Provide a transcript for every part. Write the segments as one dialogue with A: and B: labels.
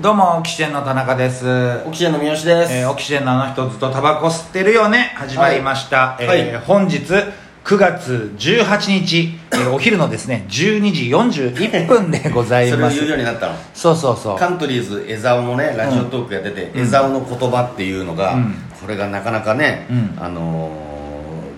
A: どうもオキシエンの田中です、
B: オキシエンの三好です、
A: えーオキシエンのあの人ずっとタバコ吸ってるよね始まりました、
B: はい
A: えー
B: はい
A: 本日9月18日、えーお昼のですね12時41分でござい
B: それ
A: ま
B: を
A: す
B: 言うようになったの
A: そうそうそう
B: カントリーズ江沢もねラジオトークやってて、江沢の言葉っていうのが、
A: うん
B: これがなかなかね、
A: うん
B: あのー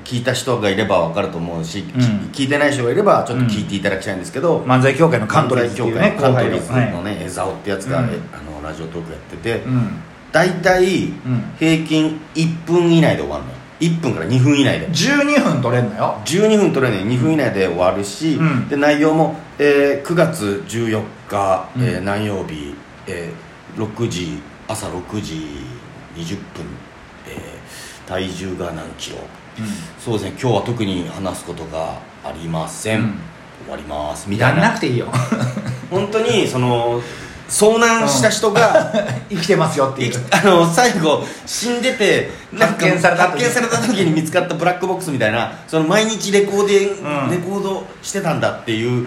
B: 聞いた人がいれば分かると思うし、き
A: ん
B: 聞いてない人がいればちょっと聞いていただきたいんですけど、
A: 漫才協会のカントリーズっていうね
B: カントリーズ
A: 後輩の
B: の
A: はい
B: ね、江沢ってやつが、
A: うん
B: えあのラジオトークやってて、
A: うん
B: 大体
A: ん
B: 平均1分以内で終わるのよ1分から2分以内で
A: 12分取れんのよ
B: 12分取れない2分以内で終わるし、
A: うん
B: で内容も、えー9月14日、えー
A: うん
B: 何曜日、えー6時朝6時20分、えー体重が何キロそうですね今日は特に話すことがありません、
A: うん
B: 終わりますみた
A: や
B: い
A: んな
B: な
A: くていいよ
B: 本当にその遭難した 人が、
A: 生きてますよってい
B: いうきあの最後死んでてなんか
A: 発見された時
B: 発見された時に見つかったブラックボックスみたいなその毎日レコーディ
A: う
B: ン
A: ん
B: レコードしてたんだっていう
A: う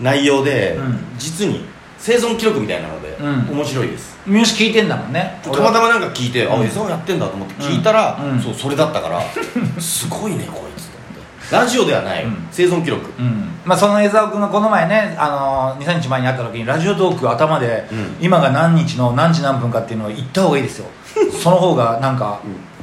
B: 内容で、
A: うん
B: 実に生存記録みたいなので、
A: うん
B: 面白いです
A: 三好聞いてんだもんね
B: たまたまなんか聞いて、
A: うん
B: あ餌をやってんだと思って聞いたら、
A: うんうん
B: そうそれだったから すごいねこいつと思ってラジオではない、
A: うん
B: 生存記録
A: うんまあ、その江沢君がこの前ね、あのー、23日前に会った時にラジオトーク頭で、
B: う
A: 今が何日の何時何分かっていうのを言った方がいい ですよその方がなんか、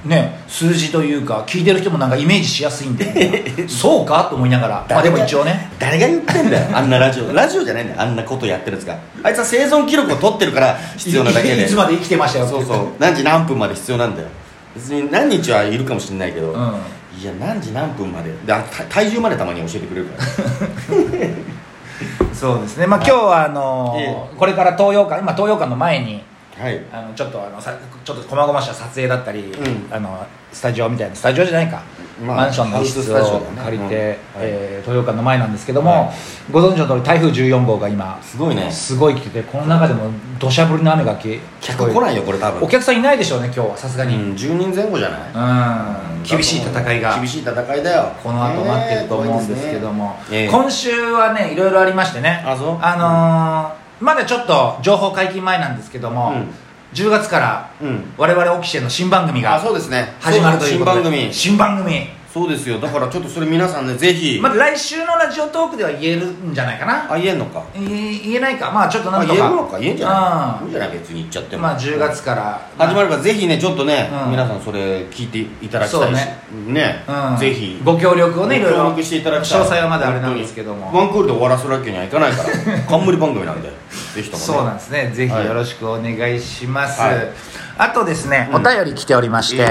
A: ね数字というか聞いてる人もなんかイメージしやすいんで そうかと思いながら、まあ、でも一応ね
B: 誰が言ってんだよあんなラジオラジオじゃないんだよあんなことやってるやつがあいつは生存記録を取ってるから必要なだけ
A: いい
B: で
A: つまで生きてましたよって
B: そうそう何時何分まで必要なんだよ別に何日はいるかもしれないけど、
A: うん
B: いや何時何分までであた体重までたまに教えてくれるから
A: そうですね、まあ、今日はあのー
B: いえ
A: これから東洋館今東洋館の前に
B: はい
A: あのちょっとあのさちょっと細々した撮影だったり、
B: うん
A: あのスタジオみたいなスタジオじゃないか、
B: まあ
A: マンションの一室
B: ハウススタ
A: を
B: ジオだね
A: 借りて、
B: うんはい
A: えー東洋館の前なんですけども、
B: は
A: ご存知の通り台風14号が今
B: すごいね
A: すごい来ててこの中でも土砂降りの雨がき
B: 客来ない
A: よ
B: よこれ多分
A: お客さんいないでしょうね今日はさすが
B: う
A: に、うん
B: ん10人前後じゃない、
A: 厳しい戦いが
B: 厳しい戦いだよ
A: この後待ってると思うんですけども、
B: ええ
A: 今週はねいろいろありましてね
B: あそう
A: のーまだちょっと情報解禁前なんですけども、
B: うん
A: 10月から
B: うん
A: 我々オキシエンの新番組が
B: あそうですね
A: 始まるということで
B: 新番組
A: 新番組
B: そうですよだからちょっとそれ皆さんねぜひ、
A: まあ来週のラジオトークでは言えるんじゃないかな
B: あ言えんのか
A: い言えないかまあちょっとな
B: あ
A: んと
B: 言
A: か
B: えるのか言えんじゃないいいん
A: う
B: じゃない別に言っちゃって
A: ん
B: も
A: まあ10月から
B: 始まればぜひねちょっとね、
A: うん
B: 皆さんそれ聞いていただきたいしね
A: うん
B: ぜひ
A: ご協力をねいろいろ
B: 協力していただきたい
A: 詳細はまだあれなんですけども
B: ワンクールで終わらせるわけにはいかないから 冠番組なんでぜひともね
A: そうなんですねぜひ
B: はい
A: よろしくお願いします、
B: はい
A: あとですね、
B: うん
A: お便り来ておりまして、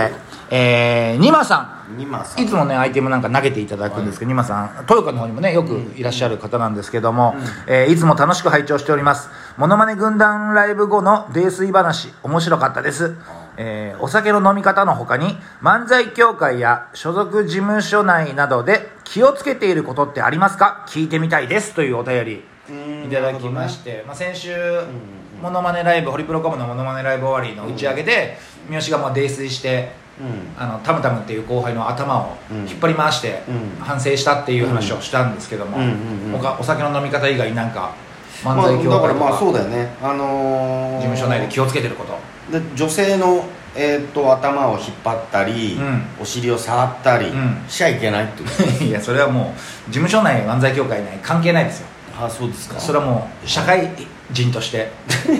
B: え
A: えー、ニマさ
B: ニマ
A: ん
B: さん
A: いつもねアイテムなんか投げていただくんですけど、ニマさん豊川の方にもねよくいらっしゃる方なんですけども、えーいつも楽しく拝聴しておりますものまね軍団ライブ後の泥酔話面白かったですえーお酒の飲み方のほかに漫才協会や所属事務所内などで気をつけていることってありますか聞いてみたいですというお便り
B: うん
A: いただきまして、まあ、先週モノマネライブホリプロコムのモノマネライブ終わりの打ち上げで、三好がまあ泥酔して
B: うん
A: あのタムタムっていう後輩の頭を
B: うん
A: 引っ張り回して、
B: うん
A: 反省したっていう話をしたんですけども、
B: うんうんうん
A: 他お酒の飲み方以外なんか漫
B: まあ、
A: 才協
B: だか
A: 会
B: ら
A: と
B: まあ
A: か
B: そ
A: 事
B: うだよねあのー
A: 務所内で気をつけてること
B: で女性の、えー、と頭を引っ張ったり、
A: うん
B: お尻を触ったり
A: うん
B: しちゃいけないっていう
A: いやそれはもう事務所内漫才協会内関係ないですよ
B: あそうですか
A: それはもう社会人として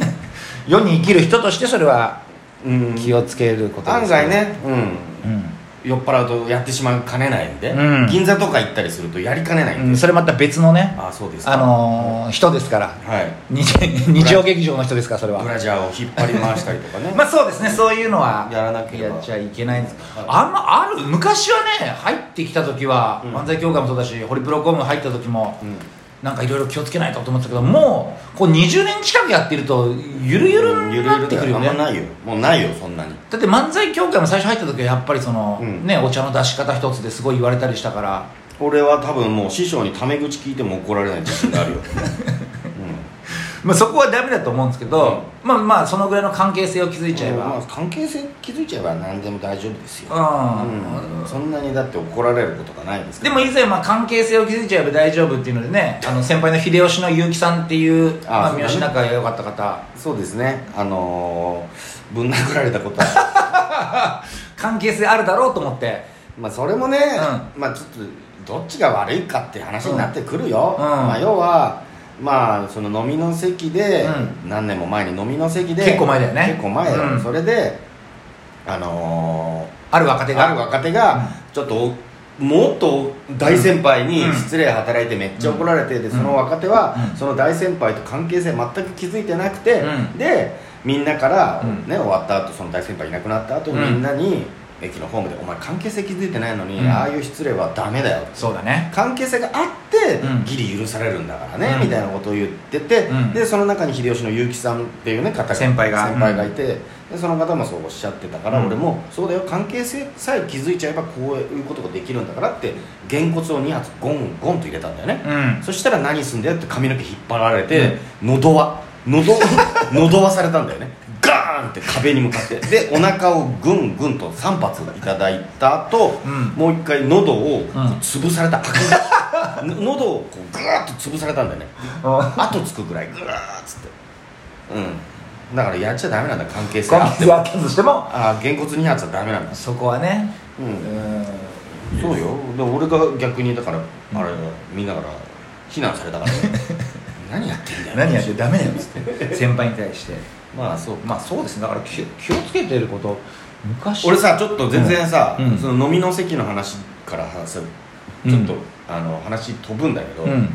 A: 世に生きる人としてそれは
B: うん
A: 気をつけることです
B: 案外ね、うん、
A: うん
B: 酔っ払うとやってしまいかねないんで、
A: うん
B: 銀座とか行ったりするとやりかねないんで、
A: うん、それまた別のね
B: あそうですか
A: あのー人ですから
B: はい
A: 日日曜劇場の人ですからそれ
B: ブ
A: は
B: ラジャーを引っ張り回したりとかね、
A: まあそうですねそういうのは
B: やらなければ
A: やっちゃいけないんです
B: はい
A: あんまある昔はね入ってきた時は、
B: うん
A: 漫才協会もそうだしホリプロコム入った時も、
B: うん
A: なんかいろいろ気をつけないとと思ってたけどもうこう20年近くやってるとゆるゆる
B: ゆ
A: に
B: るゆ
A: な
B: る
A: ってくるよ
B: だ
A: ね
B: よあんまないよもうないよそんなに
A: だって漫才協会も最初入った時はやっぱりその、
B: うん
A: ねお茶の出し方一つですごい言われたりしたから
B: 俺は多分もう師匠にタメ口聞いても怒られない自信があるよ、
A: まあそこはダメだと思うんですけど、まあまあそのぐらいの関係性を築いちゃえ
B: ま
A: ば
B: あ、関係性気づいちゃえば何でも大丈夫ですよ、
A: うん、
B: うんそんなにだって怒られることがないですか
A: で
B: ら
A: も以前まあ関係性を築いちゃえば大丈夫っていうのでねあの先輩の秀吉の結城さんっていう
B: あ
A: まあ、
B: そ
A: 三
B: うだね
A: 好仲が良かった方
B: そうですねあのーぶん殴られたことは
A: 関係性あるだろうと思って
B: まあそれもね、
A: う
B: まあちょっとどっちが悪いかって話になってくるよ、
A: うん
B: まあ、要はまあその飲みの席で、何年も前に飲みの席で
A: 結構前だよね
B: 結構前だよ
A: うん
B: それであの
A: ある若手
B: ー
A: が
B: ある若手がちょっとおもっと大先輩に
A: うん
B: 失礼働いてめっちゃ怒られてでその若手は
A: うん
B: その大先輩と関係性全く気づいてなくて
A: うん
B: でみんなから
A: うん
B: ね終わった後その大先輩いなくなった後
A: うん
B: みんなに駅のホームで「お前関係性気づいてないのに
A: うん
B: ああいう失礼はダメだよ」
A: そうだね
B: 関係性があって
A: うん
B: ギリ許されるんだからね、
A: うん
B: みたいなことを言ってて、
A: うん
B: でその中に秀吉の結城さんっていうね方が
A: 先輩が
B: 先輩がいて、でその方もそうおっしゃってたから、
A: うん
B: 俺もそうだよ関係性さえ気づいちゃえばこういうことができるんだからってげんこつを2発ゴンゴンと入れたんだよね、
A: うん
B: そしたら何すんだよって髪の毛引っ張られて、喉は喉 喉はされたんだよねガーンって壁に向かってでお腹をグングンと3発いただいた後、
A: うん
B: もう一回喉をこう
A: うん
B: 潰された、あく 喉をこうグーッと潰されたんだよね後つくぐらいグーッつってうんだからやっちゃダメなんだ関係性
A: 関
B: あ
A: 係性あったとしても
B: あげんこつ2発はダメなんだ
A: そこはね
B: う
A: うんん
B: そうよで俺が逆にだからあれみんなから非難された から何やってんだよ
A: 何やってダメだよっつって先輩に対して
B: まあそう
A: まあそうですねだから気を気をつけてること昔
B: 俺さちょっと全然さ、
A: うん
B: その飲みの席の話から話す
A: うん
B: ちょっと、あの話飛ぶんだけど、
A: うん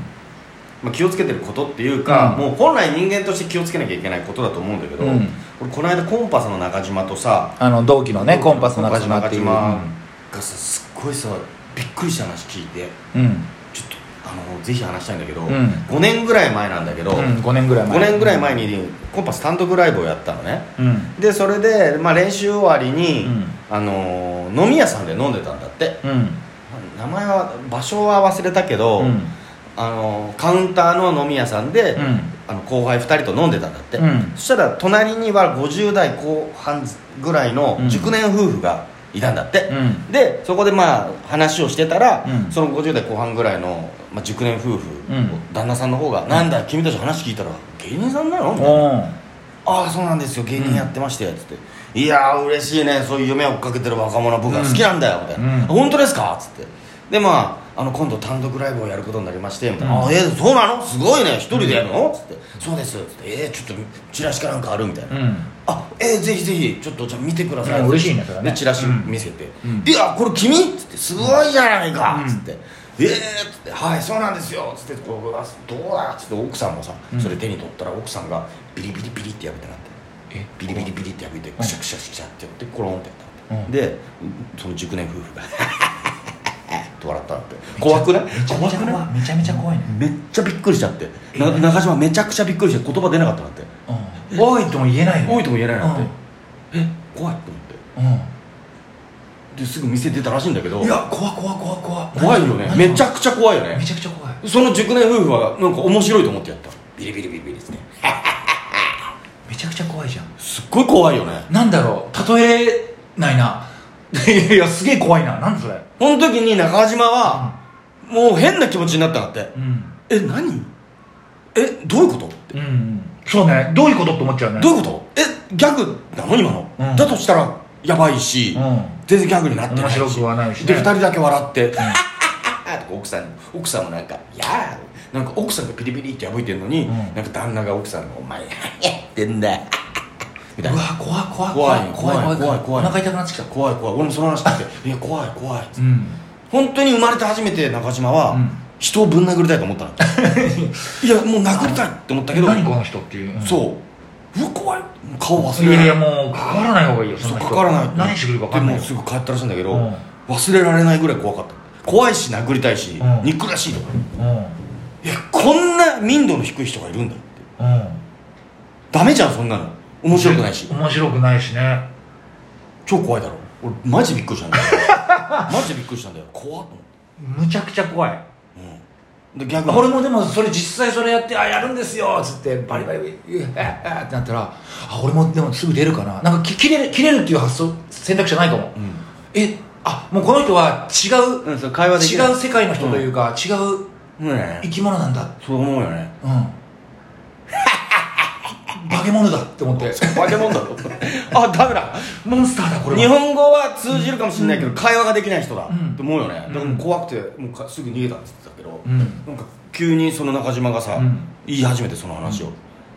B: まあ、気をつけてることっていうか、
A: うん
B: もう本来人間として気をつけなきゃいけないことだと思うんだけど、
A: うん
B: 俺この間コンパスの中島とさ
A: あの同期のねコンパスの中島っていう
B: コンパスの中島がさすっごいさびっくりした話聞いて
A: うん
B: ちょっとあのぜひ話したいんだけど、
A: うん
B: 5年ぐらい前なんだけど、
A: うん5年ぐらい前
B: 5年ぐらい前にコンパス単独ライブをやったのね
A: うん
B: でそれで、まあ、練習終わりに、
A: うん
B: あのー飲み屋さんで飲んでたんだって
A: うん
B: 名前は場所は忘れたけど、
A: うん
B: あのーカウンターの飲み屋さんで、
A: うん
B: あの後輩2人と飲んでたんだって、
A: うん
B: そしたら隣には50代後半ぐらいの
A: うん
B: 熟年夫婦がいたんだって、
A: うん
B: でそこでまあ話をしてたら、
A: うん
B: その50代後半ぐらいの、まあ、熟年夫婦、
A: うん
B: 旦那さんの方が「なんだ君たち話聞いたら芸人さんなの?」みたいな
A: おー
B: ああそうなんですよ芸人やってまして」つって「いやー嬉しいねそういう夢を追っかけてる若者僕が好きなんだよ」みたいな
A: うん
B: 「本当ですか?」っつってでまああの今度単独ライブをやることになりましてみたいな
A: う
B: 「
A: ん
B: ああえーそうなのすごいね一人でやるの?」っつって「そうです」っつって「えー、ちょっとチラシかなんかある?」みたいな「
A: うん
B: あえー、ぜひぜひちょっとじゃあ見てください」
A: うん嬉しいねそれはね
B: でチラシ見せて「
A: うん
B: いやこれ君?」っつって「すごいじゃないか」
A: うん
B: っつって「ええー」っつって「はいそうなんですよ」っつってこううわ「どうだ?」っつって奥さんもさ
A: うん
B: それ手に取ったら奥さんがビリビリビリって破いてなって
A: え
B: ビリビリビリって破いてくしゃくしゃくしゃってやってコロンってやったの
A: うん
B: でその熟年夫婦がと笑ったのって怖くない
A: めちゃめちゃ怖いめちゃめちゃ怖いね
B: めっちゃびっくりしちゃってな中島めちゃくちゃびっくりして言葉出なかったなって
A: うん多いとも言えないよ
B: 多いとも言えないなって
A: うん
B: え怖いと思って
A: う
B: ですぐ店出たらしいんだけど
A: んいや怖い怖い怖い怖い
B: 怖いよね
A: 何
B: めちゃくちゃ怖いよね
A: めちゃくちゃ怖い
B: その熟年夫婦はなんか面白いと思ってやったビリビリビリビリですね
A: めちゃくちゃ怖いじゃん
B: すっごい怖いよね
A: なんだろう例えないな いやいやすげえ怖いななんそれ
B: この時に中島はもう変な気持ちになったんだって
A: うん
B: え何えどういうことって
A: うんそうねどういうことって思っちゃうね
B: どういうことえギャグなの今の、
A: うん
B: だとしたらやばいし、
A: うん
B: 全然ギャグになってないし
A: 面白くはないしね
B: で2人だけ笑って、 とか奥さんに奥さんもなんか「いやーなんか奥さんがピリピリって破いてるのに、
A: うん
B: なんか旦那が奥さんの「お前 何やってんだよ」みたいうな
A: わ怖い怖い
B: 怖い
A: 怖い
B: 怖い怖い
A: お腹痛くなってきた
B: 怖い怖い俺もその話聞い て「いや怖い怖い」
A: うん
B: 本当に生まれて初めて中島は、
A: うん
B: 人をぶん殴りたいと思っ たのいやもう殴りたいって思ったけど
A: 何この人っていう、うん
B: そううわ怖い顔忘れ
A: い
B: ら
A: や
B: れ
A: いやもうかからない方がいいよそん
B: そう
A: な人
B: かからない
A: 何してくるか分かんないよ
B: でもうすぐ帰ったらしいんだけど、
A: うん
B: 忘れられないぐらい怖かった怖いし殴りたいし、
A: うん
B: 憎らしいとか
A: うんうん
B: いやこんな民度の低い人がいるんだってダメじゃんそんなの面白くないし
A: 面白くないしね
B: 超怖いだろ俺マ ジびっくりしたんだよマジびっくりしたんだよ怖っと思って
A: むちゃくちゃ怖い
B: うんで逆に
A: 俺もでもそれ実際それやって「あやるんですよ」っつってバリバリ「えええってなったらあ俺もでもすぐ出るかななんかき切れる切れるっていう発想選択肢はないかも、えあもうこの人は違う、
B: うんそう会話できない
A: 違う世界の人というか、違う
B: そうだ
A: 生
B: ね
A: き物なんだ
B: そう思うよね
A: うん 化け物だって思って
B: 化け物だろ あダメだ
A: モンスターだこれは
B: 日本語は通じるかもしれないけど、会話ができない人だ、
A: ん
B: と思うよねだからもう怖くてもうかすぐ逃げたって言ってたけど、なんか急にその中島がさ、
A: うん
B: 言い始めてその話を、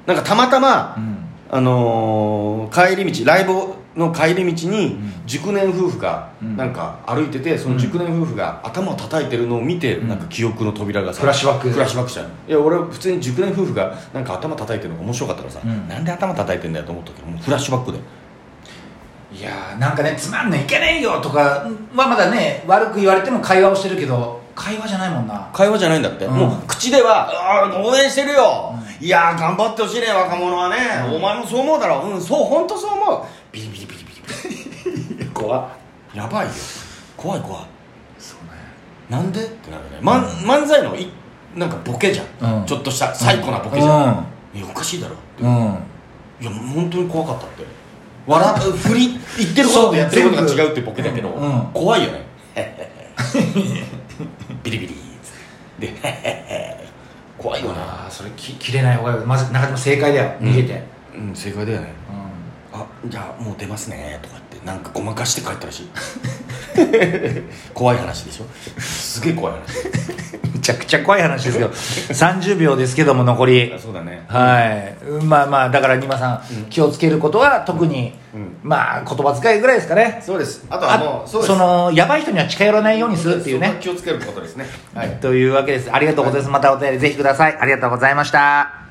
B: なんかたまたま、
A: うん
B: あのー帰り道ライブの帰り道に熟年夫婦が
A: うん
B: なんか歩いててその熟年夫婦が頭を叩いてるのを見て、
A: ん
B: なんか記憶の扉がさ
A: フラッシュバック
B: フラッシュバックしたのいや俺普通に熟年夫婦がなんか頭叩いてるのが面白かったからさ、
A: うん
B: なんで頭叩いてんだよと思ったけどもうフラッシュバックで
A: いやーなんかねつまんないいけねえよとかまあまだね悪く言われても会話をしてるけど会話じゃないもんな
B: 会話じゃないんだって、
A: うん
B: もう口では「あー応援してるよ、いやー頑張ってほしいね若者はね、お前もそう思うだろうんそう本当そう思う」ビリビリビリビリ怖いやばいよ怖い怖い
A: そう
B: なんでってなるね、まん、漫才のいなんかボケじゃん、
A: うん
B: ちょっとした最高なボケじゃん、いやおかしいだろ
A: うん、うん
B: いや本当に怖かったって笑う振り言ってることとやってることが違うってボケだけど、
A: そう全部うん
B: 怖いよ ねビリビリで怖いよな
A: ああそれき切れない方がいいまず中でも正解だよ逃げて、
B: うん正解だよね
A: う
B: あじゃあもう出ますねとか言ってなんかごまかして帰ったら しい怖い話でしょすげえ怖い話
A: んめちゃくちゃ怖い話ですけど30秒ですけども残り
B: そうだね
A: はいうんまあまあだから丹羽さん、気をつけることは特に、
B: うん
A: まあ言葉遣いぐらいですかね
B: そうですあとは
A: あ
B: もう
A: そ
B: そうです
A: のやばい人には近寄らないようにするっていう
B: そこ
A: ね
B: は気をつけることですねはい
A: というわけですありがとうございます、またお便りぜひくださいありがとうございました